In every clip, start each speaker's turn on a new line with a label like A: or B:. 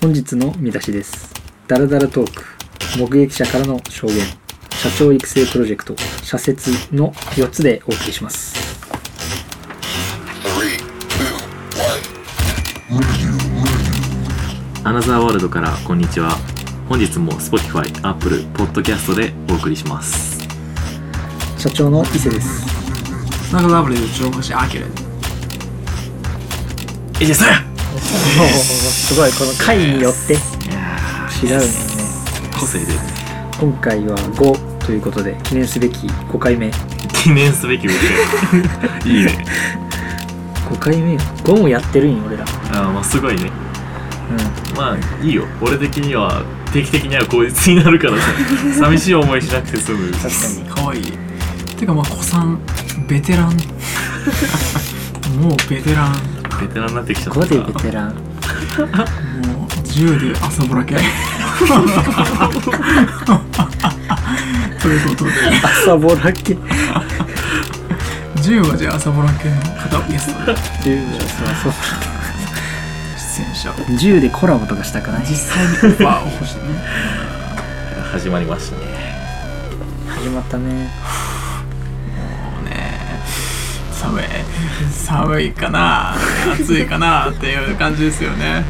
A: 本日の見出しですダラダラトーク目撃者からの証言社長育成プロジェクト社説の4つでお送りします
B: Three, two, one.
C: アナザーワールドからこんにちは本日も Spotify、Apple、Podcast でお送りします
A: 社長の伊勢です
D: 那个 W 之后是阿给人的，
C: エジェス
A: すごいこの回によって違うんよね
C: 個性で
A: 今回は5ということで記念すべき5回目
C: 記念すべきです いいね
A: 5回目よ5もやってるんよ俺ら
C: あーまあすごいね
A: う
C: まあいいよ俺的には定期的には口実になる からさ寂しい思いしなくて済む
A: 確かに
D: 可愛い。てかまあ子さんベテラン。 もうベテラン。
C: ベテランになってきちゃった
A: 5でベテラン
D: もう銃で朝ぼらけ。 ということで
A: 朝ぼらけ
D: 銃はじゃあ朝ぼらけの方をゲストで
A: 10そうそう
D: 出演者を
A: 10でコラボとかしたくない
D: 実際にオファーを欲してね。
C: 始まりましたね
A: 始まったね
D: もうね寒い寒いかな暑いかなっていう感じですよね。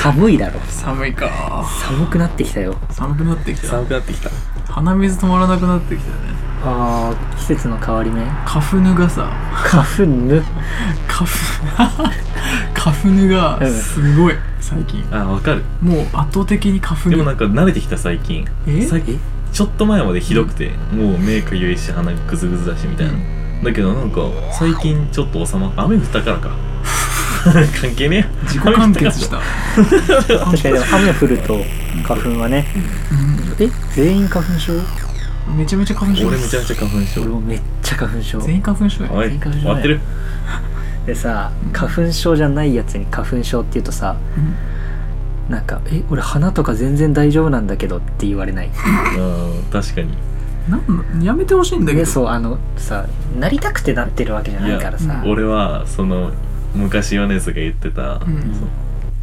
A: 寒いだろ
D: 寒いか。
A: 寒くなってきたよ
D: 寒くなってきた。
C: 寒くなってきた
D: 鼻水止まらなくなってきたよね。
A: あー季節の変わり目
D: 花粉がさ
A: 花粉ぬ
D: 花粉花粉がすごい最近
C: あーわかる
D: もう圧倒的に花粉
C: でもなんか慣れてきた最近
D: え
C: 最近ちょっと前までひどくてもう目かゆいし鼻グズグズだしみたいな、
D: う
C: だけどなんか最近ちょっと収まった雨降ったから か関係ねえや
D: 自己完結した
A: 確かにでも雨降ると花粉はねえ全員花粉症
D: うんめちゃめちゃ花粉症
C: 俺
D: で
C: めち
D: す
C: ゃめちゃ花粉症
A: 俺もめっちゃ花粉症
D: 全員花粉症や
C: おい
A: 全然花粉症
C: 終わってる
A: でさ花粉症じゃないやつに花粉症って言うとさ
D: うん
A: なんか「え俺花とか全然大丈夫なんだけど」って言われない
C: うん確かに
D: なんやめてほしいんだけ
A: で
D: ど
A: そうあのさなりたくてなってるわけじゃないからさ
D: いや
C: 俺はその昔米津が言ってた、
D: うん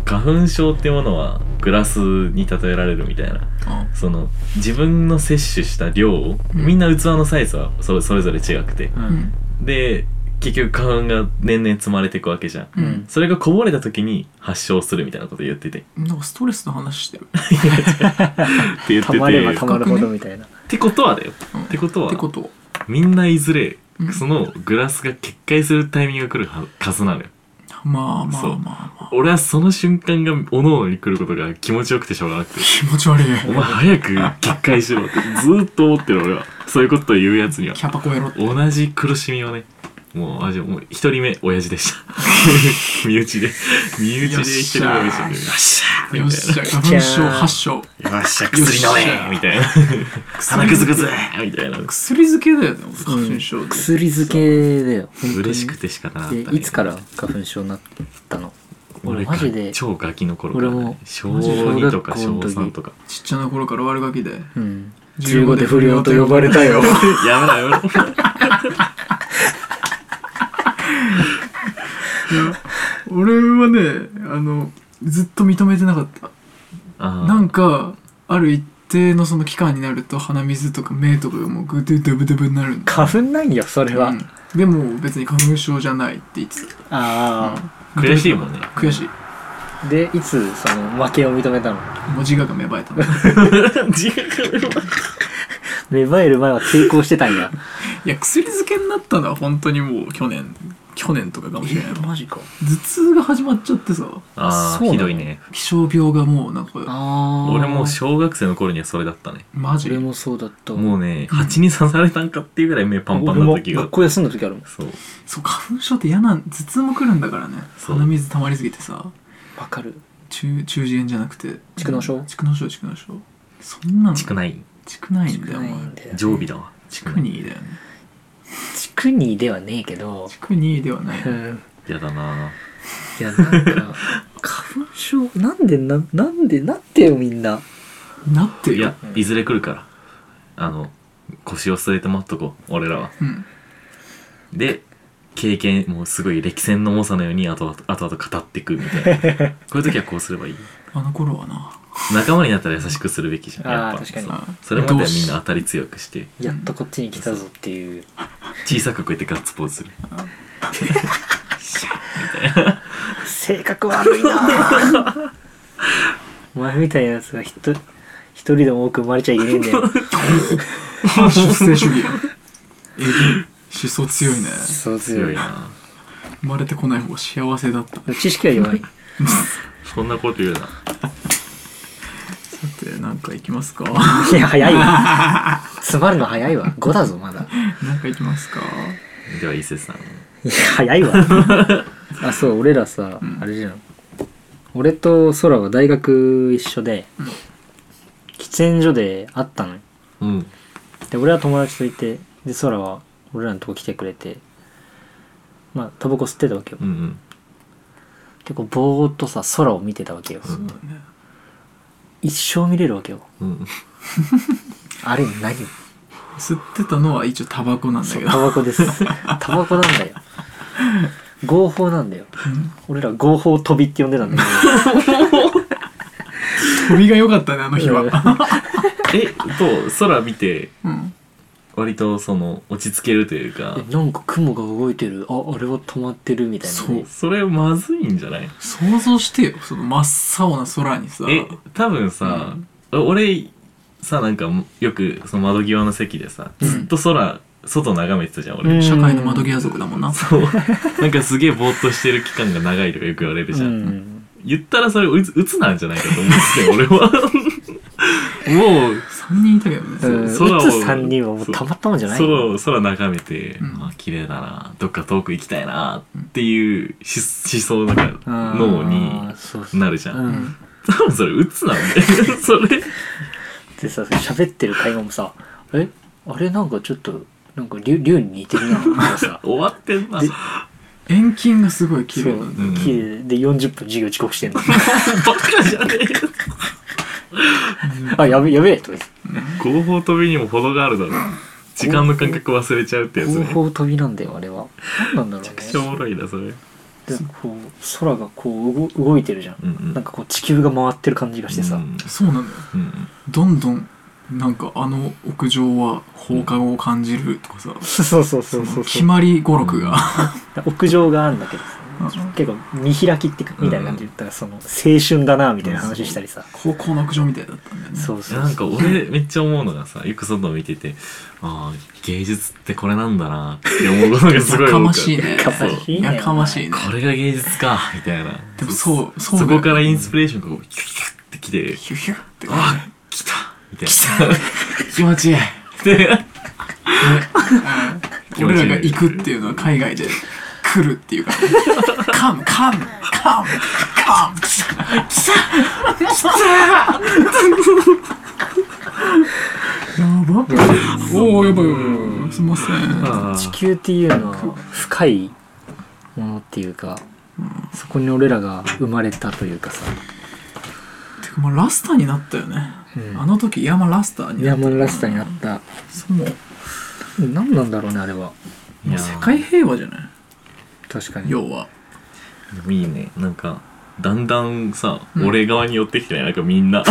C: 花粉症ってものはグラスに例えられるみたいな
D: あ
C: その自分の摂取した量を、
D: うん
C: みんな器のサイズはそれそれぞれ違くて
A: う
D: うんん
C: で結局花粉が年々積まれていくわけじゃん
D: う
A: うん
D: ん
C: それがこぼれた時に発症するみたいなこと言ってて。って
D: なんかストレスの話してる
C: 言って
A: た
C: て。
A: まればた
C: っ
A: まるほどみたいな
C: てことはだよ。
D: うん
C: ってことは
D: ってこと
C: みんないずれ
D: うん、
C: そのグラスが決壊するタイミングが来るははずなのよ。
D: まあまあ
C: そ
D: ま
C: う
D: あまあ
C: 俺はその瞬間がおのおのに来ることが気持ちよくてしょうがなくて。
D: 気持ち悪い
C: お前早く決壊しろってずーっと思ってる俺は。そういうことを言うやつには
D: キ。ャパ超えろって
C: 同じ苦しみをね。もう、あじゃあもう一人目、親父でした。 身内で。身内で一人目、親父で。
D: よっ
C: しゃ
D: よっしゃ花粉症発症
C: よっしゃ
D: 薬飲め
C: みたいな鼻くずくず みたいな
D: 薬漬けだよね俺
A: う
D: 花
A: ん
D: 粉症で
A: 薬漬けだよ本当に
C: 嬉しくて仕方なかった、
A: で
C: ね、
A: いつから花粉症になったの
C: 俺
A: マジで
C: 超ガキの頃から、
A: 俺も
C: 小
A: マジで小学校の時
C: 2とか小3とか
D: ちっちゃな頃から悪ガキで
A: うん
D: 15で不良と呼ばれ
A: たよ
C: やめろやめろ
D: 俺はねあのずっと認めてなかった
C: あー
D: なんかある一定のその期間になると鼻水とか目とかがもうグデデブデブになるん だ、
A: 花粉なんよそれは、
D: うんでも別に花粉症じゃないって言ってた
A: あ
C: 悔しいもんね
D: 悔しい
A: あでいつその負けを認めたの
D: 文字が芽生えたのい
C: 自覚
A: 芽生える前は抵抗してたんや
D: や薬漬けになったのは本当にもう去年去年とかかもしれない頭
A: マジか
D: 痛が始まっちゃってさ
C: あ
A: そうなの
C: あひどいね
D: 気象病がもうなんか
A: ああ
C: 俺もう小学生の頃にはそれだったね
D: マジ
A: 俺もそうだった
C: もうね蜂に刺されたんかっていうぐらい目パンパンな時
A: 俺も
C: が
A: 学校休んだ時あるもん
C: そう
D: そう花粉症って嫌なん頭痛も来るんだからね
C: そう
D: 鼻水溜まりすぎてさ
A: わかる
D: 中中耳炎じゃなくて
A: 蓄膿症
D: 蓄膿症蓄膿症そんなの
C: ちくない
D: 蓄ない
A: 地
D: んだ
A: 区
D: よ
A: 内
D: お前
A: で
C: 常備だわちく
D: 蓄
C: ない
D: にだよね
A: 地区にではねえけど
D: 蓄にではないうよ
A: ん
C: やだない
A: やなんか花粉症なんでななんでなってよみんな
D: なって
C: い
D: るよ
C: やいずれ来るからあの腰を据えて待っとこう俺らは
D: うん
C: で経験もうすごい歴戦の重さのように後々後々語っていくみたい なこういう時はこうすればいい
D: あの頃はな
C: 仲間になったら優しくするべきじゃんや
A: あ
C: っ
A: あ
C: ぱ
A: 確かに
D: さ
C: それまでは
D: 同
C: みん
D: 志
C: な当たり強くして
A: やっとこっちに来たぞっていう
C: 小さくこうやってガッツポーズする
A: 性格悪いな お前みたいなやつがひと一人でも多く生まれちゃいけねえんだよ
D: 反 出生主義やえぐい思想強いね
A: そう
C: 強いな
D: 生まれてこない方が幸せだっただ
A: 知識は弱い
C: そんなこと言うな
D: ってなんか行きま すか
A: いや早いわ詰まるの早いわ5だぞまだ
D: なんか行きますか
C: では伊勢さん
A: いや早いわ あそう俺らさ、あれじゃん俺と空は大学一緒で、喫煙所で会ったのよ
C: うん
A: で俺は友達といてで空は俺らのとこ来てくれてまあタバコ吸ってたわけよ、
C: うんうん
A: 結構ぼーっとさ空を見てたわけよ、
C: ん
D: ね
A: 一生見れるわけよ
C: うん
A: あれ何
D: 吸ってたのは一応タバコなんだ
A: そ
D: け
A: う
D: ど
A: タバコ ですタバコなんだよ合法なんだよ俺ら合法飛びって呼んでたんだ
D: 飛びが良かったねあの
A: け
D: 日
A: ど
D: は
C: えと空見て
D: うん
C: 割とその落ち着けるというか
A: えなんか雲が動いてるああれは止まってるみたいなね、
D: そう
C: それまずいんじゃない
D: 想像してよその真っ青な空にさ
C: え多分さ、俺さなんかよくその窓際の席でさ、
A: うん
C: ずっと空外眺めてたじゃん俺、
A: うん
D: 社会の窓際族だもんな
C: そう なんかすげえぼーっとしてる期間が長いとかよく言われるじゃん、
A: うん
C: 言ったらそれうつうつなんじゃないかと思っ てて俺はもう
D: 3人いたけどね、
A: うん、
C: そう空を
A: 打つ3人はもう
C: そう
A: たまったもんじゃない
C: 空を空眺めて、
D: うん
C: あ綺麗だなどっか遠く行きたいなっていうし思想なんか
A: あー
C: 脳に
A: そうそう
C: なるじゃん、
A: うん
D: ん
C: 多分それうつなんだよそ れ
A: でさ喋ってる会話もさ「えあれなんかちょっとなんか竜竜に似てるな」とか さ
C: 終わってんな
A: で
D: 遠近がすごい綺
A: そ
D: 麗
A: う
D: なんだよ
C: うん
A: 綺麗で40分授業遅刻してんの
C: バカじゃねえよ
A: あやべやべえとか言って
C: 合法飛びにも程があるだろう時間の感覚忘れちゃうってやつ
A: 合
C: ねめ
A: 法飛びなんだよあれは何なんだろう
C: ちゃくちゃお
A: ね
C: もろいなそれうん
A: でこう空がこう動動いてるじゃん、
C: うん
A: なんかこう地球が回ってる感じがしてさ、
C: うん
D: そうなんだよ
C: うん
D: どんどんなんかあの屋上は放課後を感じるとかさ、
A: そうそうそうそう
D: 決まり語録が、
A: 屋上があるんだけどさ結構見開きってかみたいな感じで言ったらその青春だなみたいな話したりさ、
D: 高校の屋上みたいだったんだよね
A: そうそう
C: なんか俺めっちゃ思うのがさよく外を見ててああ芸術ってこれなんだなって思うことがすごい多
D: や
C: く
D: かましいね
A: やかましいね
D: やかましいね
C: これが芸術かみたいな
D: でもそうそうだ
C: そ
D: よ
C: こからインスピレーションがこうキュッキュッってきて
D: ヒュヒュってね
C: あ来たみたいな気持ちいいで気持ちいい
D: 俺らが行くっていうのは海外で来るっていうから、ね、カムカムカムカム来た来た来たやばおおやばいやばいすいません
C: あ
A: 地
C: ー
A: 球っていうのは深いものっていうか、そこに俺らが生まれたというかさ
D: てかまあラスターになったよね、
A: うん
D: あの時山ラスターにな
A: ヤ
D: った
A: マンらしさになった
D: そうもう
A: 何なんだろうねあれはい
C: や
D: 世界平和じゃない
A: 確かに
D: 要は、
C: いいねなんかだんだんさ、俺側に寄ってきてないなんかみんな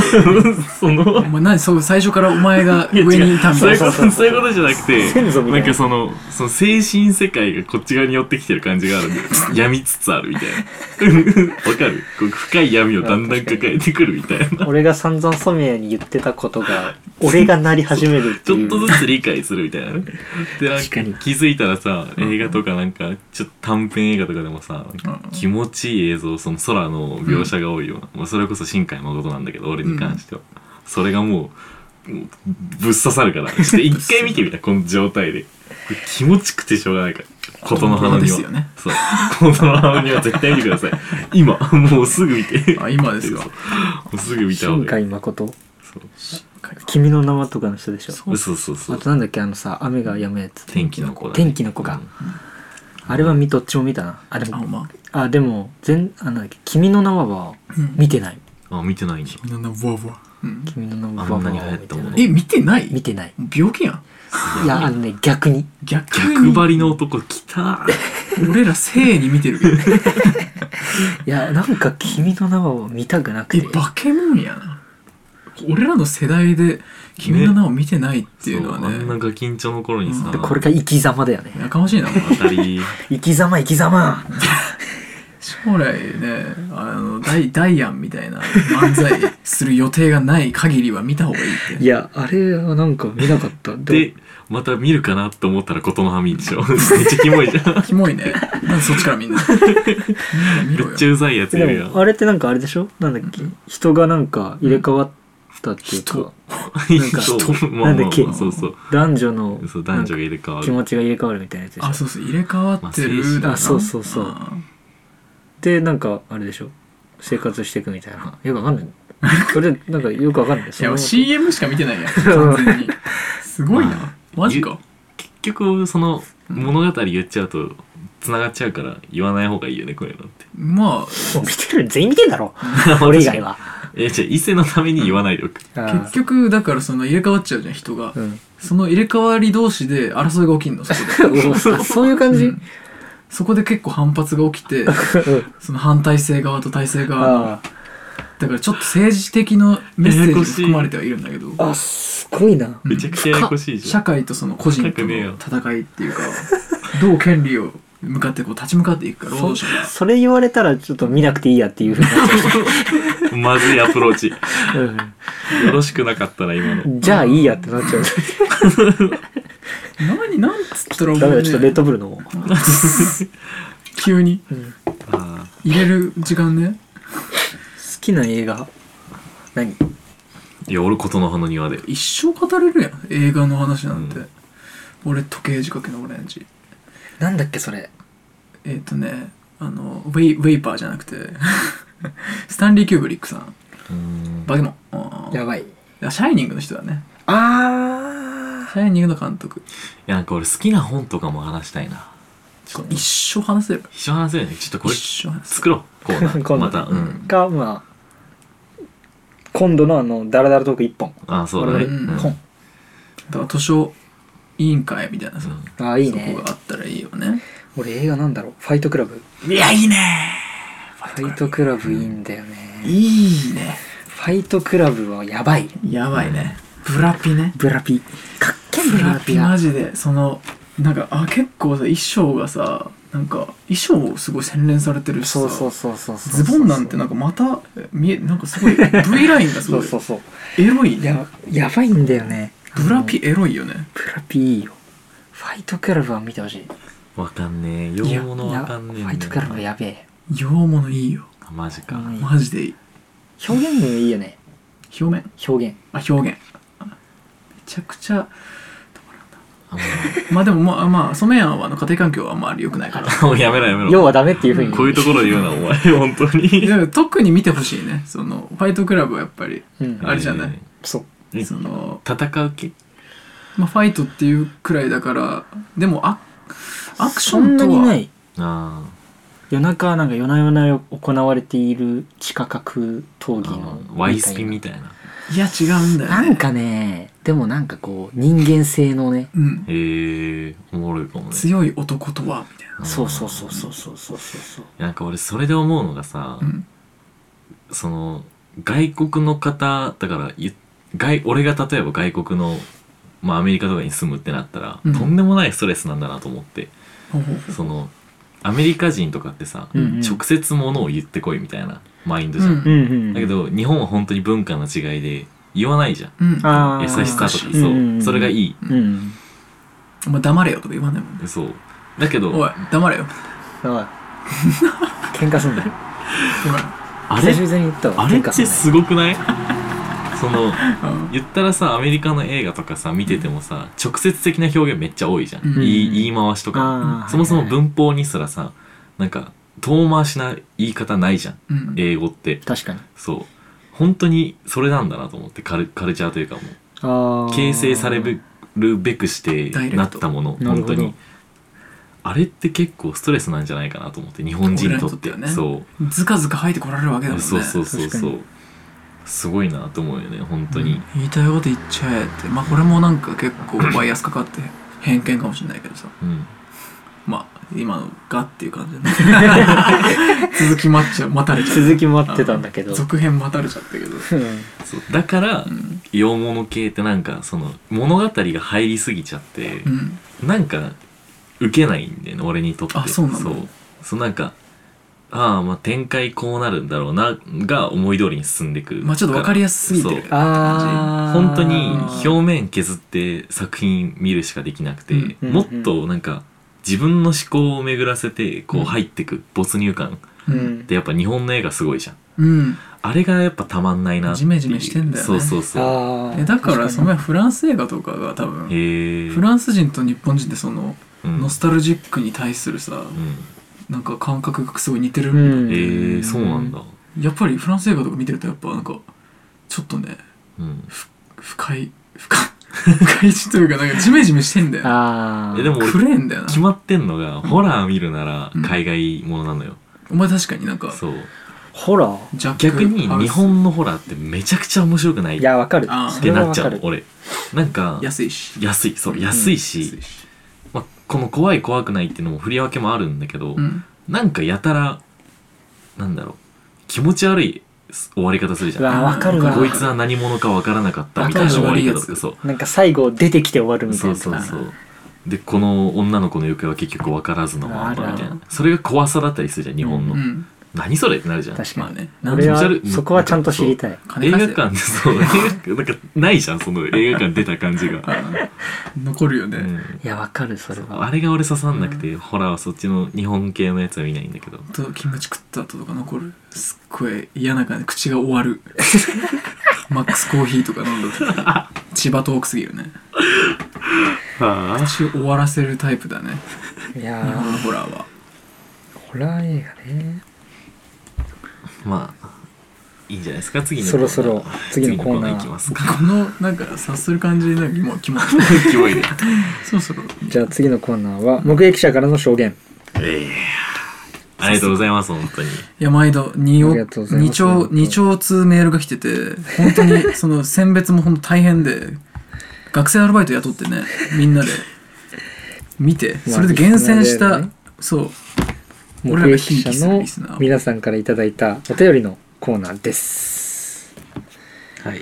C: その
D: お前何そう最初からお前が上にいたみ
C: そう い
D: たいう
C: こ
D: な
C: とそういうことじゃなくて
A: 先祖みたいな
C: なんかそのその精神世界がこっち側に寄ってきてる感じがあるんで病みつつあるみたいな わかるこう深い闇をだんだん抱えてくるみたいな
A: 俺が散々ソミヤに言ってたことが俺がなり始めるってい
C: ちょ
A: う
C: っとずつ理解するみたいなねでなん
A: 確かに
C: か気づいたらさ映画とかなんかちょっと短編映画とかでもさ、なんか気持ちいい映像その空の描写が多いような、まあそれこそ新海誠なんだけど俺に関しては、それがもうもうぶっ刺さるからちょっと一回見てみたこの状態でこれ気持ちくてしょうがないからことの花
D: で
C: に
D: す
C: は、
D: よね
C: そうことの花には絶対見てください今もうすぐ見ても
D: あ今ですか
C: うすぐ見た方
A: 新
C: がいい
A: 海誠
C: そう
A: 君の名はとかの人でしょ
D: そう
C: そうそうそ
A: あ
C: う
A: となんだっけあのさ雨が止むやつ
C: 天気の子だね
A: 天気の子か、あれはみどっちも見たなあで
D: あ
A: も
D: まあ
A: あでも全あなんだっけ君の名はは
D: うん
A: 見てない、
C: あ見てないんだ
D: みんなわわ、うん、
A: 君の名は
C: あ
A: は
C: んなに
A: 見
C: 流行った
A: て
C: もの
A: ない
D: え見てない
A: 見てない
D: 病気やん
A: いやあのね逆に
D: 逆に
C: 逆張りの男来た
D: 俺ら生に見て るけど
A: いやなんか「君の名を見たくなく
D: え
A: て
D: バケモンやな俺らの世代で「君の名を見てない」っていうのは
C: そうあんな
D: ね
C: ガキンチョの頃にさ
A: でこれが生き様だよね
D: やかましいなお前
C: 当 たり
A: 生き様生き様
D: 将来ねあのダイダイアンみたいな漫才する予定がない限りは見た方がいいって
A: いやあれはなんか見なかった
C: でまた見るかなと思ったらことのはみ でしょめっちゃキモいじゃん
D: キモいねなんでそっちからみんなみんな見ろ
C: めっ
D: よ
C: ちゃうざいやつい
A: で
C: る
A: で
C: やん
A: もあれってなんかあれでしょなんだっけ人がなんか入れ替わったっていうか
D: 人
A: なんか
C: そうま
A: な
C: あ
A: ん
C: ま
A: だ
C: あ
A: っけ
C: まあそうそう
A: 男女の
C: そう男女が
A: なんか
C: 入れ替わ
A: 気
C: る
A: 持ちが入れ替わるみたいなやつでしょ
D: あそうそう入れ替わってるだよな、
A: まあそうそうそう
D: あ
A: でなんかあれでしょ生活していくみたいなよくわ かんないそれなんかよくわかんない
D: ーいや
A: の
D: CM しか見てないやん完全にすごいな、
C: ま
D: マジか
C: 結局その物語言っちゃうと繋がっちゃうから言わない方がいいよねこういうのって
D: ま
A: もう見てる全員見てんだ ろ俺以外は
C: えじゃあ伊勢のために言わないでおく
A: あ
D: あ結局だからその入れ替わっちゃうじゃん人が、
A: ーうん
D: その入れ替わり同士で争いが起きんのそこ で
A: あそういう感じ、
D: うんそこで結構反発が起きて
A: うん
D: その反体制側と体制側の
A: あ
D: だからちょっと政治的なメッセージが含まれてはいるんだけど
A: ーあすごいな
C: めちゃくちゃややこしいじゃ
D: 社
C: ん
D: 会とその個人と
C: 深くねえ
D: の
C: よ
D: 戦いっていうかどう権利を向かってこう立ち向かっていくか労働者が
A: それ言われたらちょっと見なくていいやっていうふうになっち
C: まずいアプローチよ
A: ゃう、
C: ろしくなかったな 今の
A: うんじゃあいいやってなっちゃう
D: 何なんつったらも
A: ダメだ
D: う、
A: ちょっとレッ
D: ね、
A: ドブル飲もう
D: 急に
C: あ
D: 入れる時間ね
A: 好きな映画何
C: ーいや俺ことの葉の庭で
D: 一生語れるやん映画の話なんて、
C: うん
D: 俺時計仕掛けのオレンジ
A: なんだっけそれ
D: えっ、とねあのウェイウェイパーじゃなくて スタンリー・キューブリックさん
C: うん
D: バケモンあー
A: やばい
D: いやシャイニングの人だね
A: あ
D: シャイニングの監督
C: いやなんか俺好きな本とかも話したいな
D: これ一生話せる
C: 一緒話せるねちょっとこれ
D: 一生話せる
C: 作ろうコーナー
A: 今度
C: またうん
A: かまあ今度のあのダラダラトーク一本
C: あーそうだ
A: 俺
C: ね、
D: の
C: うん
A: 本
D: だから図書委員会みたいなさ、
C: うん
A: ああいい
D: そ
A: ね
D: こがあったらいいよね
A: 俺映画なんだろうファイトクラブフ
D: いやいいね
A: ァイトクラブいいんだよね
D: いいね
A: ファイトクラブはやばい
D: やばいねブラピね
A: ブラピかっけんブ
D: ブラ
A: ラ
D: ピ
A: ピ
D: マ
A: が
D: ジでそのなんかあ結構さ衣装がさなんか衣装もすごい洗練されてるしさ
A: そうそうそうそうそう
D: ズボンなんてなんかまたえ見えなんかすごい V ラインがす
A: そ
D: ご
A: う
D: い
A: そうそう
D: エロいね
A: ややばいんだよね
D: ブラピエロいよね
A: ブラピいいよファイトクラブは見てほしい
C: わかんねえ
A: いや
C: 用物わかんね
A: い
C: え
A: やファ
C: んだよ
A: イトクラブはやべえ
D: 洋物いいよ
C: あマジか、
A: うん
D: マジでいい
A: 表現もいいよね
D: 表面
A: 表現
D: あ表現めちゃくちゃ
C: あ
D: まあでもまあまあ染谷はあの家庭環境はあんまり良くないから
C: もうやめろやめ
A: 要
C: ろ
A: はダメっていうふうに
C: こういうところで言うなお前 本当
D: い
C: に
D: や特に見てほしいねそのファイトクラブはやっぱり
A: うん
D: あれじゃない
A: そう
C: え
D: その、
C: 戦う気
D: まあ、ファイトっていうくらいだからでもアアクショ
A: そん
D: ン
A: な
D: と
A: にな
D: はい
C: ああ
A: 夜中なんか夜な夜な行われている地下格闘技
C: あ
A: の
C: ーワイスピンみたいない
D: や違うんだよ、ね、
A: なんかねでもなんかこう人間性のね
D: うん
C: へえおもろいかもね
D: 強い男とはみたいな
C: うん
A: そうそうそうそうそうそうそう
C: なんか俺それで思うのがさ、
D: うん
C: その外国の方だからゆ外俺が例えば外国のまあアメリカとかに住むってなったら、
D: うん
C: とんでもないストレスなんだなと思って
D: ほうほうほう
C: そのアメリカ人とかってさ、
A: うんうん
C: 直接ものを言ってこいみたいなマインドじゃん、
D: うん
A: うんうん
C: だけど日本は本当に文化の違いで言わないじゃん
D: うん
A: あー
C: 優しさとかそう、
A: うんうんうん
C: それがいい
A: うん
D: お前黙れよとか言わないもんね
C: そうだけど
D: おい黙れよ
A: おい 喧嘩すんだよ
D: ほ
C: あれ
A: 久しぶりに言ったわ
C: あれっ
A: 喧嘩す
C: て
A: んなよ
C: すごくない その
D: ら、うん
C: 言ったらさアメリカの映画とかさ見ててもさ直接的な表現めっちゃ多いじゃん、
D: うん
C: 言い言い回しと
A: あ
C: か
A: ー
C: そもそも文法にすらさなんか遠回しな言い方ないじゃん
D: うん、
C: 英語って
A: 確かに
C: そう本当にそれなんだなと思ってカルカルチャーというかもう
A: あー
C: 形成されるべくして
D: ダイレクト
C: なったもの
A: なる
C: 本
A: ほ
C: 当
A: ど
C: にあれって結構ストレスなんじゃないかなと思って日本人にとって
D: 俺らにとっては
C: そう
D: ずかずか入ってこられるわけだもんね
C: そうそうそう
A: 確か
C: そうすごいなと思うよね本当に、
D: 言いたいこと言っちゃえってまあこれもなんか結構バイアスかかって偏見かもしれないけどさ
C: うん
D: まあ今のがっていう感じだね続き待っちゃう待たれちゃう
A: 続き待ってたんだけど
D: 続編待たれちゃったけど
A: うん
C: そうだから、
D: ん
C: 洋物系ってなんかその物語が入りすぎちゃって
D: う、ん
C: なんか受けないんだよね俺にとって
D: あそうなんだ
C: そうそうなんかああまあ展開こうなるんだろうなが思い通りに進んでく
D: まあちょっと分かりやすすぎてる
C: そう
A: あー
C: 本当に表面削って作品見るしかできなくて、
D: うん
A: うん
C: もっとなんか自分の思考を巡らせてこ
D: う
C: うん入ってく没入感
A: う
D: うん
A: ん
C: ってやっぱ日本の映画すごいじゃん
D: うん
C: あれがやっぱたまんないなっていう
D: ジメジメしてんだよね
C: そうそうそう
A: あー
D: えだからそ
A: 確
D: の前フランス映画とかが多分
C: へえ
D: フランス人と日本人ってその
C: うん
D: ノスタルジックに対するさ
C: う
D: なんか感覚がすごい似てる、
A: かに
C: ん、え
A: うん
C: ー、そうなんだ、
D: やっぱりフランス映画とか見てるとやっぱなんかちょっとね
C: うん、
D: 深い深い深いというかなんかジメジメしてんだよね
A: あー
C: えでも俺
D: 暗いんだよな
C: 決まってんのがホラー見るなら
D: うん
C: 海外ものなのよ、
D: お前確かになんか
C: そう
A: ホラー
D: ジャック
C: 逆に
D: ハウス
C: 日本のホラーってめちゃくちゃ面白くないっ
A: いやわかる
D: あー
A: そ
C: て
A: れは
C: なっ
A: わ
C: ちゃ
A: か
C: う
A: る
C: 俺なんか
D: 安いし
C: 安いそう安いし、
D: 安いし
C: まあ、この怖い怖くないっていうのも振り分けもあるんだけど、
D: うん
C: なんかやたらなんだろう気持ち悪い終わり方するじ
A: う
C: ゃん
A: わわかるわ
C: こいつは何者か分からなかったみたいな終わり方とかそう
A: なんか最後出てきて終わるみたい
C: そ
A: な
C: うそうそうでこの女の子の行方は結局分からずのまんまみたいなそれが怖さだったりするじゃん日本の、
D: うん
C: 何それってなるじゃん
A: 確
D: まあ
A: かに
D: ね
A: 俺
C: 気持ち
A: は
C: 悪い
A: そこはちゃんと知りたい
C: 映
D: 金
C: 画
D: 稼い
C: 館でそう映画館なんかないじゃん その映画館出た感じが、
D: 残るよね、
C: うん
A: いやわかるそれは
C: あれが俺刺さんなくて、ホラーはそっちの日本系のやつは見ないんだけど
D: とキムチ食った後とか残るすっごい嫌な感じ口が終 わるマックスコーヒーとか飲んだ時千葉トークすぎるね
C: はあ
D: 口を終わらせるタイプだね
A: いや
D: 日本の
A: ー
D: ホラーは
A: ホラー映画ね
C: まあいいんじゃないですか次の
A: そろそろ次のコーナー
C: いきますか
D: このなんか察する感じになんかもうキモい
C: キモ いね
D: そろそろ
A: じゃあ次のコーナーは目撃者からの証言
C: ええありがとうございます本当に
D: いや毎度二
A: あ
D: を
A: りがとうございます
D: 二兆二兆通メールが来てて本当にその選別も本当大変で学生アルバイト雇ってねみんなで見て
A: まあ
D: それで厳選し
A: リスナーだよ
D: た
A: ね
D: そう
A: 目
D: 俺らが
A: 撃
D: ひい
A: 者
D: きする
A: の
D: リスナー
A: 皆さんからいただいたお便りのコーナーです
C: はい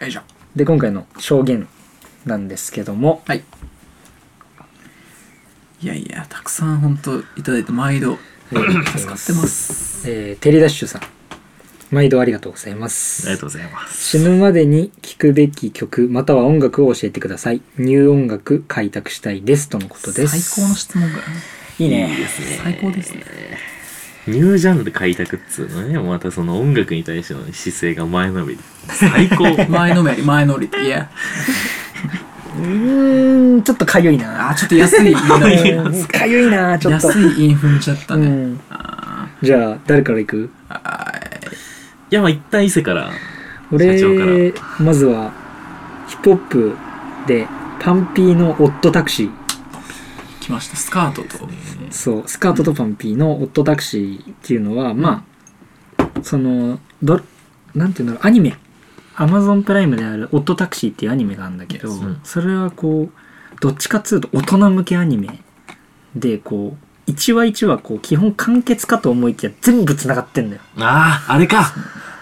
D: よいしょ
A: で今回の証言なんですけど も
D: はいいやいやたくさん本当いただいて毎度
A: 助
D: 助かってます
A: えー、テリダッシュさん毎度ありがとうございます
C: ありがとうございます
A: 死ぬまでに聴くべき曲または音楽を教えてくださいニュー音楽開拓したいですとのこと
D: 最
A: です
D: 高の質問が
A: いいね
C: ですね
D: 最高ですね
C: ニュージャンル開拓っつうのねまたその音楽に対しての姿勢が前のめり最 高
D: 前のめり前のりいや
A: うーんちょっとかゆいな
D: あちょっと安 いインフン
A: かゆいなちょっと
D: 安いインフンちゃった
A: う
D: ね、
A: んじゃあ誰から行く
C: いやまあ一旦伊勢から
A: 俺
C: 社長
A: まずはヒップホップでパンピーのオットタクシー
D: 来ましたスカートと
A: そうスカートとパンピーのオットタクシーっていうのは、まあそのどなんていうんだろうアニメアマゾンプライムである「オットタクシー」っていうアニメがあるんだけど、
C: Yes. うん
A: それはこうどっちかっつうと大人向けアニメでこう1話1話こう基本完結かと思いきや全部つながってんだよ
C: あああれか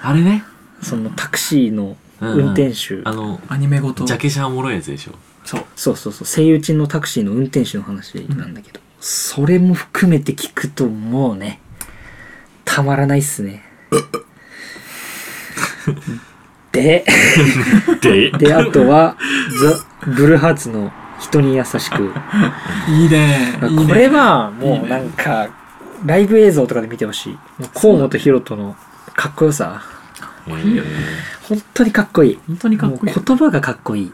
C: あれね
A: そのタクシーの運転手、
C: あの
D: アニメごと
C: ジャケシャおもろいやつでしょ
D: そう
A: そうそうそうセイウチのタクシーの運転手の話なんだけど、それも含めて聞くともうねたまらないっす ねで
C: で
A: であとはザ・ブルーハーツの「人に優しく」
D: いいね いいね
A: これはもうなんかライブ映像とかで見てほしいもう河本大翔のかっこよさ
C: いいよね
A: 本当にかっこいい
D: 本当にかっこいい
A: もう言葉がかっこいい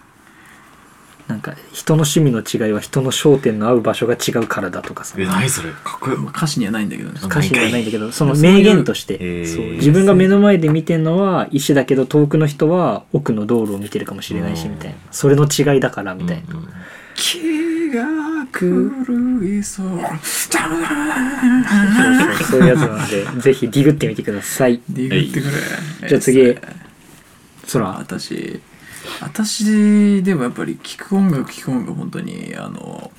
A: なんか人の趣味の違いは人の焦点の合う場所が違うからだとかさ
C: え何それかっこよ
D: まあ歌詞にはないんだけどね
A: 歌詞ではないんだけどその
D: そういう
A: 名言として
C: へー
A: そう自分が目の前で見てるのは石だけど遠くの人は奥の道路を見てるかもしれないし
C: うん
A: みたいなそれの違いだからみたいな、
C: うんうん
D: 気が狂いそ
A: そ
D: う
A: うそうそういうやつなので ぜひディグってみてください
D: ディグってくれ
A: じゃあ次
D: えー
A: そ
D: あ
A: ら
D: 私私でもやっぱり聴く音楽聴く音楽本当にあの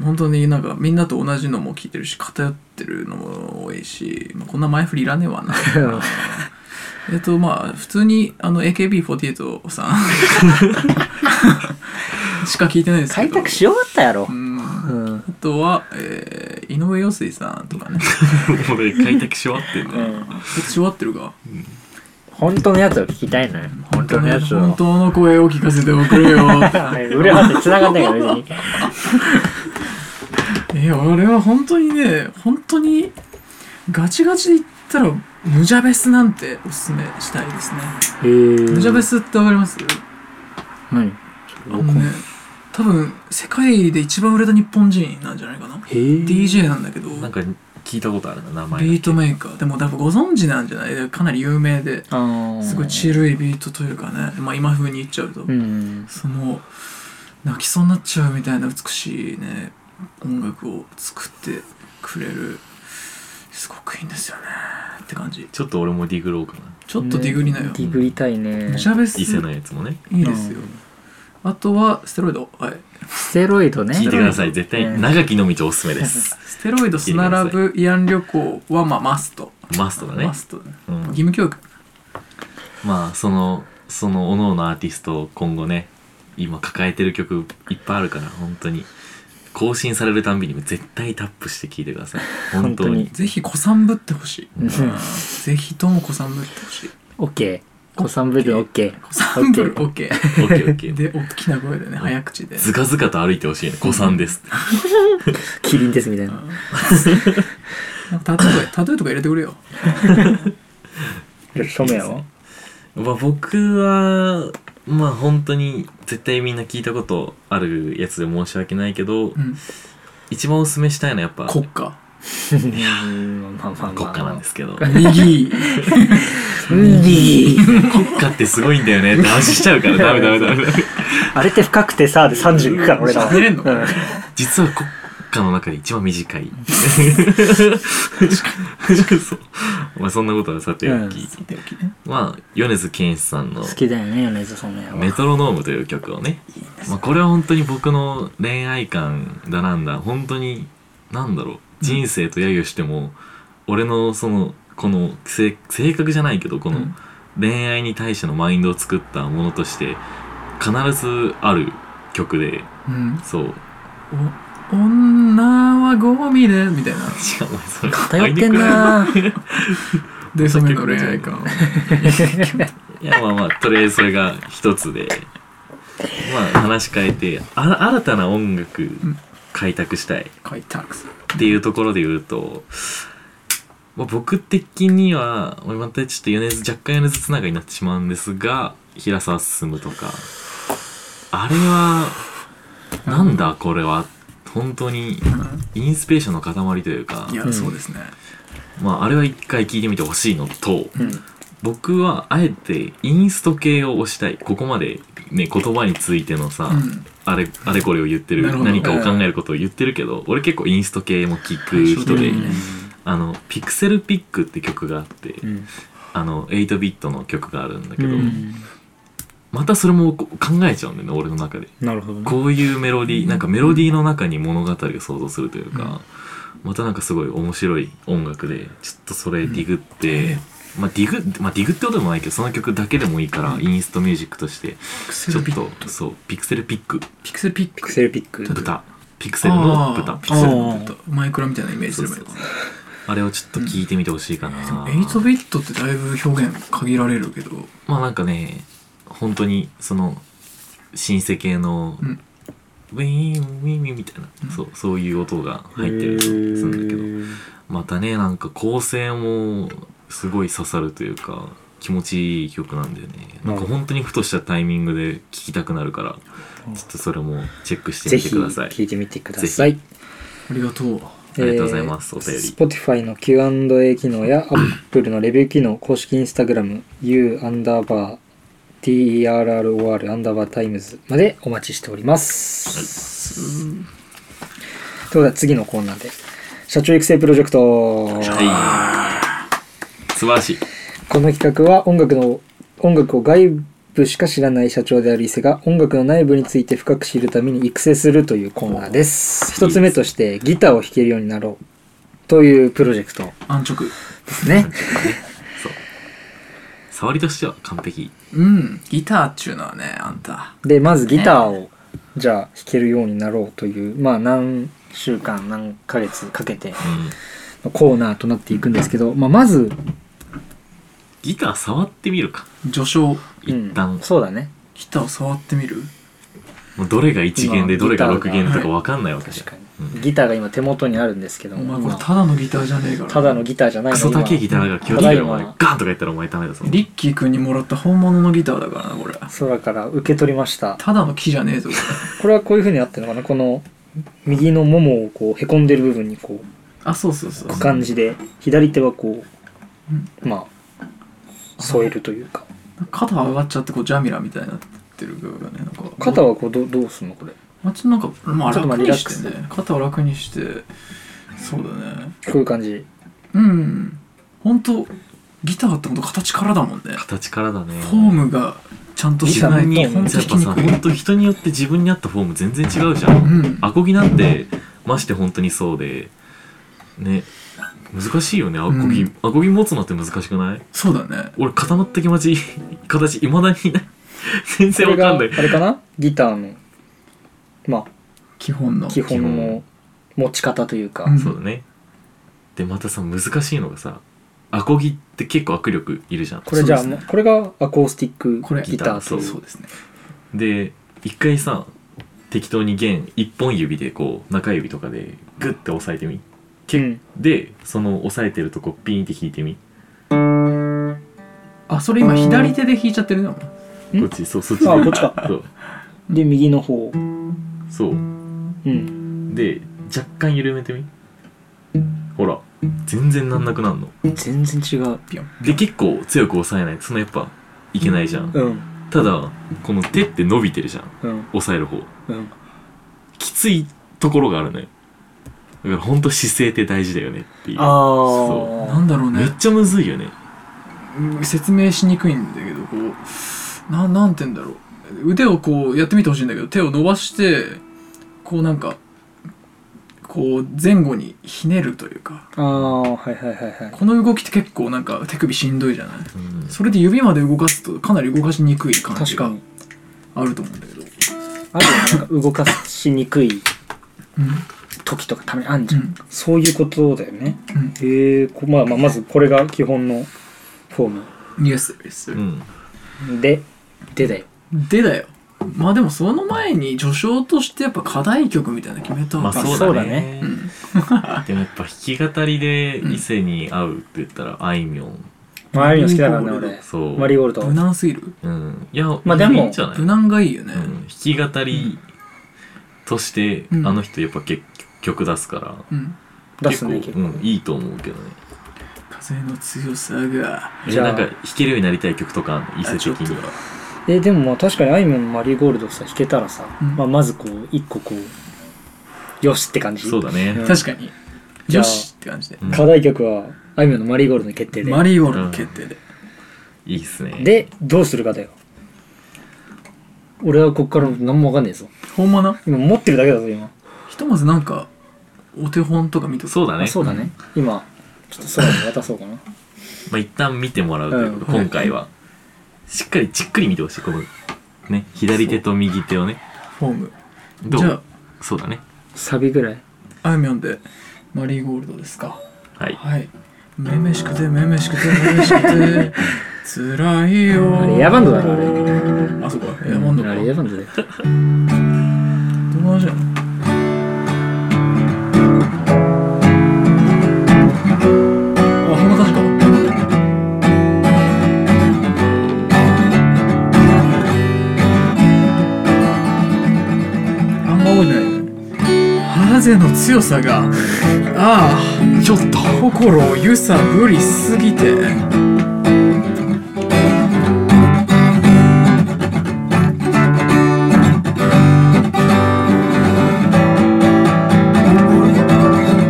D: 本当になんかみんなと同じのも聞いてるし偏ってるのも多いし、まあ、こんな前振りいらねえわなえっとまあ普通にあの AKB48 さ んしか聞いてないですけ
A: 開
D: ど
A: 拓しようかったやろ
D: う。んあ
A: うん。
D: とは、えー井上陽水さんとかね
C: 俺開拓し終わってんだ
A: う
C: よ
A: ん
D: 私終わってるか
A: 本当のやつを聞きたいのよ。本当のやつ
D: 本
A: を。
D: 当の声を聞かせておくれよ
A: 売れはって繋がんないから別に。
D: え俺は本当にね本当にガチガチで言ったらムジャベスなんておすすめしたいですね
A: えー
D: ムジャベスってわかります
A: 何
D: あのね多分世界で一番売れた日本人なんじゃないかな
A: へー
D: DJ なんだけど
C: なんか聞いたことあるな名前
D: ビートメーカーでも多分ご存知なんじゃないかなり有名で
A: あー
D: すごいチルいビートというかね、まあ、今風に言っちゃうと、
A: うん。
D: その泣きそうになっちゃうみたいな美しいね音楽を作ってくれるすごくいいんですよねって感じ
C: ちょっと俺もディグろうかな
D: ちょっとディグりなよ
A: ねディグりたいね
D: ム。ジャベス
C: 伊勢の
D: い
C: やつもね
D: いですよあとはステロイドはい
A: ステロイドね。
C: 聞いてください絶対
A: うん
C: 長きの道おすすめです
D: ステロイドスナラブ慰安旅行はまあマスト
C: マストだね
D: マストだね
C: うん
D: 義務教育
C: まあそのその各々のアーティストを今後ね今抱えてる曲いっぱいあるから本当に更新されるたんびに絶対タップして聴いてください本当に
A: 本
D: ぜひ子さんぶってほしい
A: うん
D: ぜひとも子さんぶってほしい
A: オッケー。子さんぶでオッケー。
D: 子さんぶる
A: オッ
D: OK
C: オッケーオッケー
D: で大きな声でね早口で
C: ずかずかと歩いてほしいね子さんです
A: ケーキリンですみたいな。
D: なんか例えば例えとか入れてくれよ
A: 署名を
C: まあ僕はまあ本当に絶対みんな聞いたことあるやつで申し訳ないけど、
D: うん
C: 一番おすすめしたいのはやっぱ
D: 国家
A: うん まあまあまあ。
C: 国家なんですけど
D: 右
A: 右
C: 国家ってすごいんだよねって話しちゃうからダメダメダメダメ
A: あれって深くてさで30いくから俺らは
D: 喋れんの
A: うん
C: 実は国家の中で一番短いそうまあそんなことはさておき、まあ米津玄師さんの
A: 好きだよね米津その
C: 「メトロノーム」という曲をねまあ、これは本当に僕の恋愛観だなんだ本当になんだろう人生と揶揄しても、俺のそのこの性性格じゃないけどこの
D: うん
C: 恋愛に対してのマインドを作ったものとして必ずある曲で
D: うん
C: そう
D: お女はゴミでみたいな
C: しかもそれ
A: 偏ってんなぁ
D: でその恋愛感
C: いやまあまあとりあえずそれが一つでまあ話変えてあ新たな音楽開拓したい
D: 開拓する
C: っていうところで言うと、まあ、僕的にはまあまたちょっと米津若干米津つながりになってしまうんですが平沢進とかあれはなんだこれは本当にインスピレーションの塊というか
D: いや、
A: ん
D: そうですね
C: まあ、あれは一回聞いてみてほしいのと、
A: うん
C: 僕はあえてインスト系を推したいここまで、ね、言葉についてのさ、
D: うん
C: あれあれこれを言って
D: なる
C: る
D: ほど
C: 何かを考えることを言ってるけど俺結構インスト系も聞く人で、
D: 対照的にね
C: あの「ピクセルピック」って曲があって、
A: うん
C: あの8ビットの曲があるんだけ
A: う
C: ど、
A: ん
C: またそれもこう考えちゃうんだよね俺の中で
A: なるほどね
C: こういうメロディーなんかメロディーの中に物語を想像するというか、またなんかすごい面白い音楽でちょっとそれディグって、まあディグまあディグってことでもないけどその曲だけでもいいからインストミュージックとして
D: ピクセ
C: ちょ
D: ル
C: っ
D: ピック
C: とそうピクセルピック
D: ピクセルピッ
A: ピ
D: ク
A: クセルピック
C: 豚ピクセルの
D: あ
C: 豚
D: ー
C: ピクセルの
A: あー
D: ちょっとマイクラみたいなイメージす
C: そう
D: れば
C: そ
D: いうい
C: そうあれをちょっと聞いてみてほしいかな、
D: 8ビットってだいぶ表現限られるけど
C: まあなんかね本当にそのシンセ系の、
D: うん
C: ウィーンウィーンウィーンみたいな、そうそういう音が入ってるするんだけどまたねなんか構成もすごい刺さるというか気持ちいい曲なんだよねなんか本当にふとしたタイミングで聴きたくなるからちょっとそれもチェックして
A: ぜ
C: みて
A: ひ
C: ください
A: 聞いてみてください
D: ありがとう
C: ありがとうございます、お便り
A: Spotify の Q&A 機能 や Apple のレビュー機能公式 InstagramU アンダーバー TERROR アンダーバータイムズまでお待ちしております、ということで次のコーナーで社長育成プロジェクト
C: はい素晴らしい
A: この企画は音楽の音楽を外プしか知らない社長である伊勢が音楽の内部について深く知るために育成するというコーナーです。
C: お
A: 一つ目としてギターを弾けるようになろうというプロジェクト
D: 安直
A: ですね。
C: そう触りとしては完璧
D: うんギターっちゅうのはねあんた
A: で、まずギターをじゃあ弾けるようになろうという、まあ何週間何ヶ月かけて
C: うん
A: のコーナーとなっていくんですけど、まあまず、
C: ギター触ってみるか
D: 序章
A: う
C: 一
A: ん
C: 旦、
A: そうだね。
D: ギターを触ってみる
C: もうどれが1弦で
A: 今
C: どれが6
A: ギターが
C: 弦とか分かんないわけじ
A: 確か
C: ゃん、
A: に。ギターが今手元にあるんですけど
D: お
A: も、
D: 前これ
A: まあ
D: ただのギターじゃねえから
A: ただのギターじゃ
C: う、
A: なんい
C: ク
A: の
C: ソ高いギターなんか気をつけろお
A: た
C: 前
A: だいま
C: ガンとか言ったらお前ダメだぞ
D: リッキーくんにもらった本物のギターだからなこれ
A: 空から受け取りました。
D: ただの木じゃね えぞこれ
A: これはこういう風にあってるのかなこの右のももをこうへこんでる部分にこう
D: あそうそうそう
A: 置く感じで左手はこ
D: うん
A: うまあ添えるというか
D: 肩上がっちゃってこうジャミラみたいになってる部分がねなんか
A: 肩はこうどどうすんのこれ
D: まあちょっとなんかまあ
A: ちょっとまあ
D: 楽にして
A: リラ
D: ね肩を楽にしてそうだね
A: こういう感じ
D: うん本当ギターってほんと形からだもんね
C: 形からだね
D: フォームがちゃんとし
C: 自
D: てない
C: 分に
D: と
C: やっ
D: ほん
C: ぱ
D: と
C: さ
D: 弾きにくい
C: 本当人によって自分に合ったフォーム全然違うじゃ
D: うんん
C: アコギなんてまして本当にそうでね難しいよねアコギ、
D: うん
C: アコギ持つのって難しくない
D: そうだね
C: 俺固まった気持ち 形いま だにない全然わかんな
A: これ
C: い
A: があれかなギターのま
D: 基本の
A: あ基本
C: 基
A: の
C: 本
A: 持ち方というか、
D: うん
C: そうだねでまたさ難しいのがさアコギって結構握力いるじゃん
A: これじゃあ、
D: そうですね
A: これがアコースティック
D: これ
A: ギターと
C: ギター
A: い
D: そううですね
C: で一回さ適当に弦一本指でこう中指とかでグッて押さえてみ
A: うん
C: でその押さえてるとこピーンって弾いてみ
D: あそれ今左手で弾いちゃってるなもん
A: ん
C: こっちそうそっちで
A: あこっちか
C: そう
A: で右の方
C: そう
A: うん
C: で若干緩めてみほら全然なんなくなんの
A: 全然違う
C: で結構強く押さえないそのやっぱいけないじゃん
A: うん
C: ただこの手って伸びてるじゃん
A: うん
C: 押さえる方
A: うん
C: きついところがあるのよだからほんと姿勢って大事だよねっていう
A: あ
D: なんだろう
C: め
D: ね
C: っちゃむずいよね
D: うん説明しにくいんだけどこうななんて言うんだろう腕をこうやってみてほしいんだけど手を伸ばしてこうなんかこう前後にひねるというか
A: ああーはいはいはいはい
D: この動きって結構なんか手首しんどいじゃない
C: うん
D: それで指まで動かすとかなり動かしにくい感
A: 確
D: じ
A: か
D: が
A: に
D: あると思うんだけど
A: あるよなんか動かしにくい
D: うん
A: 時とかためにあんじゃん、
D: うん
A: そういうことだよね
D: うん
A: へえこまあまあまずこれが基本のフォー
D: Yes, yes.
C: うん
A: ムででだよ
D: でだよまあでもその前に序章としてやっぱ課題曲みたいなの決めた
C: ま
D: わ
C: あ
D: け
A: ま
C: そ
A: あ
C: う
A: そう
C: だ
A: だ
C: ね
A: ね
D: うん
C: でもやっぱ弾き語りで異性に会うって言ったらあいみょん
A: まああいみょん好きだからね
D: マリーゴールド
A: 俺
C: そう
A: マリーゴールド
D: 無難すぎる
C: うんいや
A: まあでも
C: いいんじゃない
D: 無難がいいよね、
C: うん、弾き語りとして、
D: うん
C: あの人やっぱ結曲出すから、
D: うん、
A: 出すね
C: 結
A: 結
C: 構、
A: 構、
C: うん、いいと思うけどね
D: 風の強さが
A: じ
C: じ
A: ゃ
C: ゃ
A: あ
C: なんか弾けるようになりたい曲とかあんの異性的には
A: えでもまあ確かにあいみょんのマリーゴールドさ弾けたらさ、
D: うん
A: まあ、まずこう一個こうよしって感じ
C: そうだね、
D: 確かに
A: じゃ
D: よ
A: あ
D: しって感じで
C: うん
A: 課題曲はあいみょんのマリーゴールドに決定で
D: マリーゴールドの決定で
C: いいっすね
A: でどうするかだよ俺はこっから何もわかんねえぞ
D: ほんまな
A: 今持ってるだけだぞ今
D: ひとまずなんかお手本とか見とく
C: そうだね
A: あそうだね、今ちょっと空に渡そうかな
C: まあ、一旦見てもらうということ、
A: うん
C: 今回はしっかりじっくり見てほしいこのね左手と右手をね
D: フォーム
C: どう
D: じゃ
C: そうだね
A: サビぐらい
D: ああいみょんでマリーゴールドですか
C: はい
D: はいめめしくてめめしくてめめし くて辛いよ
A: あれエアバンドだろあれ
D: あそうかエアバンドか
A: あれエアバンド だよ
D: どんな味なのあこんな感じかあんま多いね風の強さがああちょっと心を揺さぶりすぎて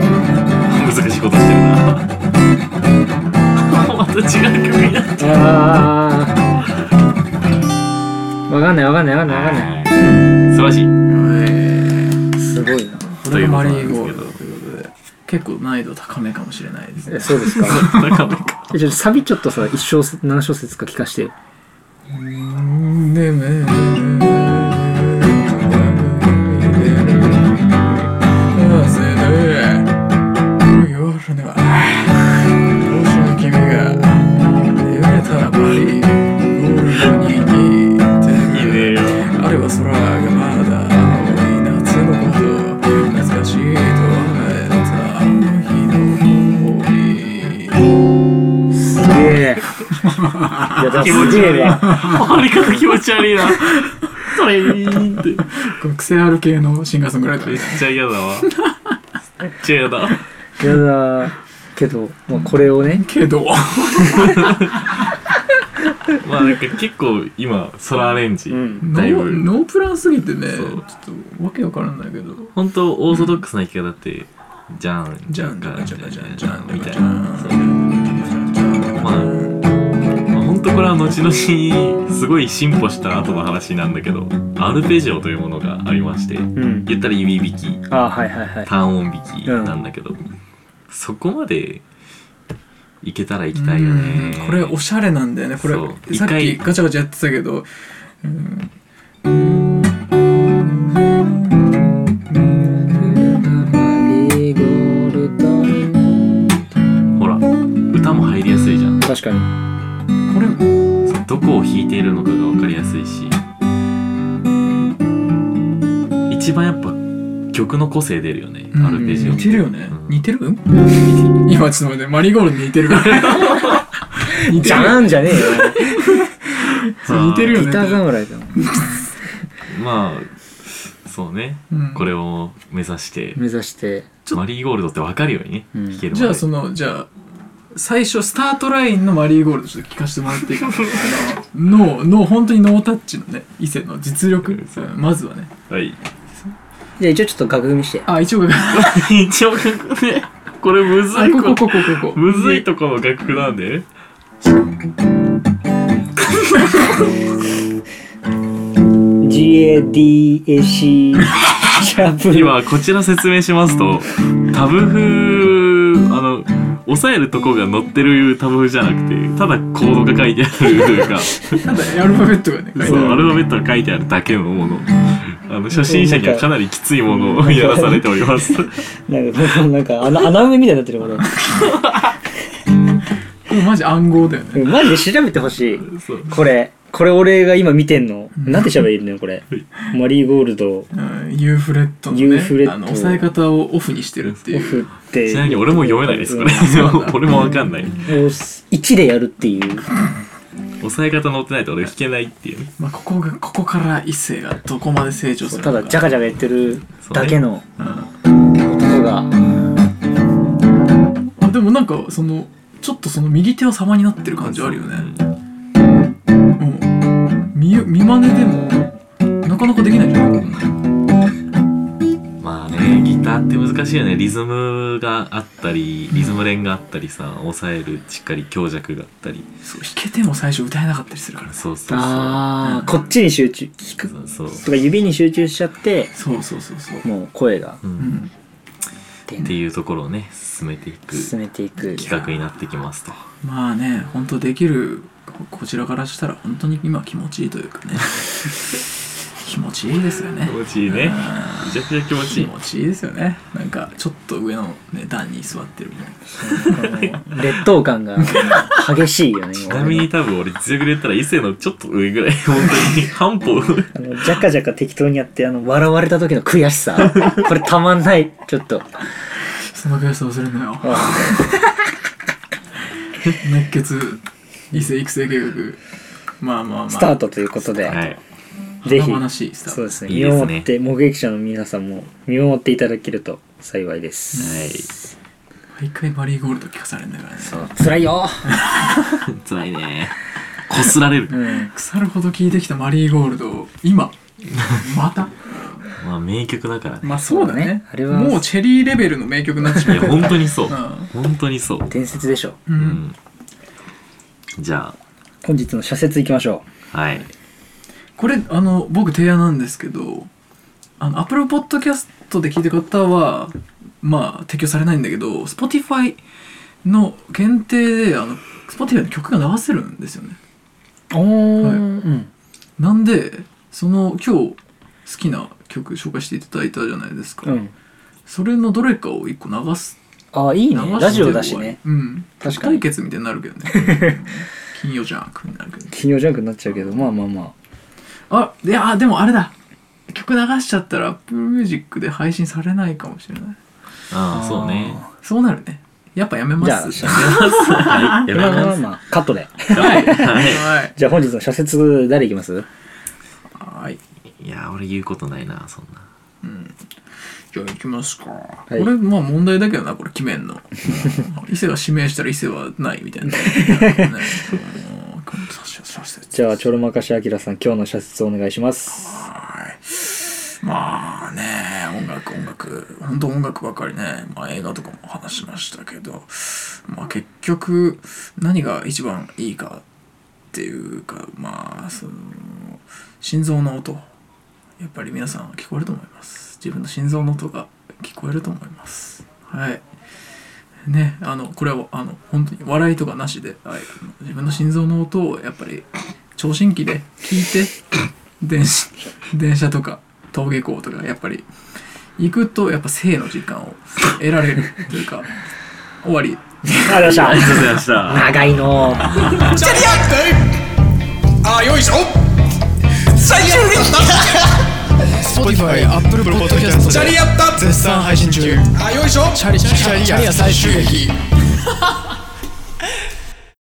C: 難しいことしてるな また違う曲になっちゃう
A: あわかんないわかんないわかんないわかんない。
C: はい素晴らしい
D: え
A: すごいな。
D: ー、これがマリ
C: とい
D: ー
C: うこ
D: ゴ
C: と
D: ー
C: なん
D: ルド
C: です
D: ということで結構難易度高めかもしれないですね
A: えそうですか。
C: 高めか
A: えちょっとサビちょっとさ、一小節何小節か聞かしてよ。
C: いいねよ
D: あれは空がまだ青い夏のこと懐かしいと思えたあの日の氷
A: すげ え。いや、だ
C: 気持
A: す
C: ち悪
A: げ
C: い
A: えわ。
C: 終わり方気持ち悪いなトレイーンって
D: この癖ある系のシンガーソングライタ
C: めっ
D: ー
C: ちゃ嫌だわめっちゃ嫌だ
A: やだけど、まあ、これをね、
D: けど
C: まあなんか結構今ソラアレンジ、
A: うん
D: ノ
C: だいぶ
D: ーノープランすぎてねち
C: そ
D: ょ
C: う
D: っとわけわからんないけど
C: 本当オーソドックスな生き方って、じゃん
D: じゃん
C: ん
D: じゃんじゃんじゃんじゃん
C: みたい
D: じゃ
C: なんそうまあまあ、本当これは後々すごい進歩した後の話なんだけどアルペジオというものがありまして
A: うん。
C: 言ったら指弾き
A: あはいはいはい。
C: 単音弾きなんだけど、そこまでいけたら行きたいよね
D: うんこれおしゃれなんだよねこれ
C: そう
D: さ
C: 一
D: っ
C: 回
D: きガチャガチャやってたけどうん
C: ほら歌も入りやすいじゃん
A: 確かに。
D: これ
C: そうどこを弾いているのかが分かりやすいし一番やっぱ曲の個性出るよね、
D: うん
C: アルペジオ
D: 似てるよね
C: うん
D: 似てる今ちょっと待ってマリーゴールドに似てるから 似て
A: じ
D: る
A: ゃーんじゃねえよ。
D: そう似てる よ
A: ギ
D: ね
A: ター侍だもん。
C: まあそうね、
D: うん
C: これを目指して
A: 目指して。
C: マリーゴールドって分かるようにね、
A: うん
C: 弾けるまで
D: じゃあそのじゃあ最初スタートラインのマリーゴールドちょっと聞かせてもらっていいかなあのノーノー本当にノータッチのね伊勢の実力、
C: うんそう
D: うんまずはね
C: はい
A: じゃあ一応ちょっと楽譜見して。
D: あ一応楽譜
C: 一応楽譜ねこれむず
D: あ
C: い
D: こ
C: こ
D: こここここ
C: むずいとこの楽譜なんで
A: G A D A C シャープ。
C: 今こちら説明しますとタブ譜あの押さえるとこが載ってるタブ譜じゃなくてただコードが書いてあるという か
D: ただアルファベットがね書いて
C: そう
D: あ
C: ア
D: る
C: ルファベットが書いてあるだけのものあの初心者にはかなりきついものをやらされております
A: なんかこうなんか穴穴埋めみたいになってるこれ。
D: これマジ暗号だよね
A: うんマジで調べてほしい。
C: そう
A: これこれ俺が今見てんの。なんて調べれるのよこれ。マリーゴールド
D: うんユーフレットのね
A: U フレット
D: あの押さえ方をオフにしてるって
A: オ
D: い
A: フ
D: う
A: って。
C: ちなみに俺も読めない ですこれ
D: そうなんだ
C: 俺もわかんない
A: 押す1でやるっていう。
C: 押さえ方載ってないと俺弾けないっていう
D: まあここがここから異性がどこまで成長するの
A: た
D: か
A: だジャカジャカやってるだけの
D: うん
A: 音が。
D: あでもなんかそのちょっとその右手は様になってる感じあるよね、うん、見見真似でもなかなかできないじゃない
C: まあねギターって難しいよねリズムがあったりリズム連があったりさ押さえるしっかり強弱があったり
D: そう弾けても最初歌えなかったりするからね
C: そうそうそう
A: ああこっちに集中。聞く
C: そうそう
A: とか指に集中しちゃって
D: そうそうそうそう、
A: もう声が
C: う
D: うんん、
A: って
C: っていうところをね進めていく
A: 進めていく。
C: 企画になってきますと
D: まあね本当できるここちらからしたら本当に今気持ちいいというかね気持ちいいですよね
C: 気持ちいいねめちゃくちゃ気持ちい
D: 気
C: い
D: 持ちいいですよねなんかちょっと上の、ね、段に座ってるみたい
A: な
D: な
A: んかもう劣等感が激しいよね。
C: ちなみに多分俺実力で言ったら伊勢のちょっと上ぐらい 本当に半歩上
A: あの、ジャカジャカ適当にやって、あの、笑われた時の悔しさ。これたまんない。ちょっと。
D: その悔しさ忘れんなよ
A: あ
D: 熱血異性育成計画まあまあまあ
A: スター
D: ト
A: トということで、
C: はい
A: ぜひ、
D: 花々しいスタート
A: そうですね、
C: いい
A: 見
C: ですね
A: 守って、目撃者の皆さんも見守っていただけると幸いです。
D: 毎回マリーゴールド聞かされるんだからね
A: そう、辛いよ。
C: はい辛いねこすられる
A: うん。
D: 腐るほど聞いてきたマリーゴールドを今 また
C: まあ名曲だからね
D: まあそうだ
A: そ
D: ね
A: うだねあれは
D: もうチェリーレベルの名曲になっち
C: い
D: ゃ
C: や
D: う
C: 本当にそう
D: うん
C: 本当にそう
A: 伝説でしょ。
D: う
C: うんんじゃ
A: 本日の社説いきましょ
C: あはい
D: これあの僕提案なんですけどあの Apple Podcast で聞いてる方はまあ適用されないんだけど Spotify の限定であの Spotify の曲が流せるんですよね
A: おー、うん
D: なんでその今日好きな曲紹介していただいたじゃないですか、
A: うん
D: それのどれかを一個流す
A: ああいい
D: 流して
A: ねラジオだしね
D: うん
A: 確
D: 確
A: か
D: か
A: に
D: に対決みたいになるけどね 金曜ジャンクになるけど
A: 金曜ジャンクになっちゃうけどまあまあま
D: あいやでもあれだ曲流しちゃったら Apple Music で配信されないかもしれない
A: あ
C: ああそうね
D: そうなるねやっぱやめ
A: あ
D: ま
A: じゃあ
D: す
A: じゃあ
C: はいや
A: まあ
C: ばい
A: ま
C: な
A: あまあカットで
C: はいは
D: はい
A: じゃあ本日の社説誰いきます
D: はい
C: いいや俺言うことないなそんな
D: じゃあ行きますか、
A: い
D: これまあ問題だけどなこれ決めん の伊勢が指名したら伊勢はないみたいな、ね、 うんさしさし
A: じゃあちょろまかしあきらさん今日の社説お願いします
D: まあね音楽音楽本当音楽ばかりね、まあ、映画とかも話しましたけど、まあ、結局何が一番いいかっていうかまあその心臓の音やっぱり皆さん聞こえると思います自分の心臓の音が聞こえると思いますはいねあのこれはあの本当に笑いとかなしで、はい、あの自分の心臓の音をやっぱり聴診器で聞いて電車電車とか登下校とかやっぱり行くとやっぱ生の時間を得られるというか終わり
A: ありがとうござい
C: あり
A: まし
C: がとうございました
A: た長いのー
E: チャリアップあよいしょ最終日
F: Spotify、Apple Podcast
E: チャ
F: で
E: リアップ
F: 絶賛配信中
E: あよいしょ
F: チャリチャリア最終劇
E: チャリア